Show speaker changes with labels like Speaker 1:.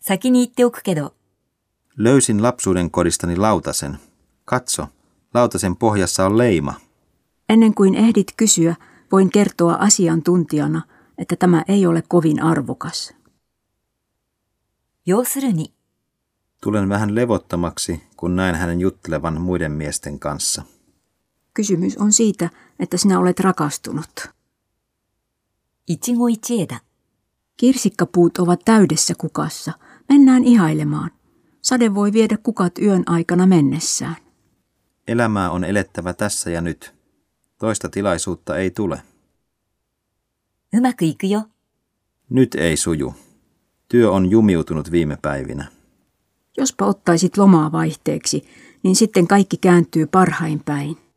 Speaker 1: 先に言っておくけど、
Speaker 2: Löysin lapsuuden kodistani lautasen. Katso, lautasen pohjassa on leima.
Speaker 3: Ennen kuin ehdit kysyä, voin kertoa asiantuntijana, että tämä ei ole kovin arvokas.
Speaker 1: 要するに、
Speaker 2: Tulen vähän levottomaksi, kun näen hänen juttelevan muiden miesten kanssa.
Speaker 3: Kysymys on siitä, että sinä olet rakastunut.
Speaker 1: 一期一会だ。
Speaker 3: Kirsikkapuut ovat täydessä kukassa. Mennään ihailemaan. Sade voi viedä kukat yön aikana mennessään.
Speaker 2: Elämää on elettävä tässä ja nyt. Toista tilaisuutta ei tule.
Speaker 1: うまくいくよ。
Speaker 2: Nyt ei suju. Työ on jumiutunut viime päivinä.
Speaker 3: Jospa ottaisit lomaa vaihteeksi, niin sitten kaikki kääntyy parhain päin.